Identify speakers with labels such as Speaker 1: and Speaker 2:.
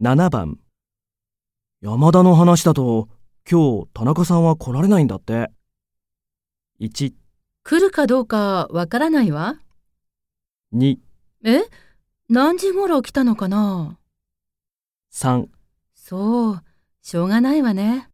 Speaker 1: 7番山田の話だと今日田中さんは来られないんだって1
Speaker 2: 来るかどうかわからないわ。
Speaker 1: 2
Speaker 2: え何時頃来たのかな
Speaker 1: 3
Speaker 2: そう、しょうがないわね。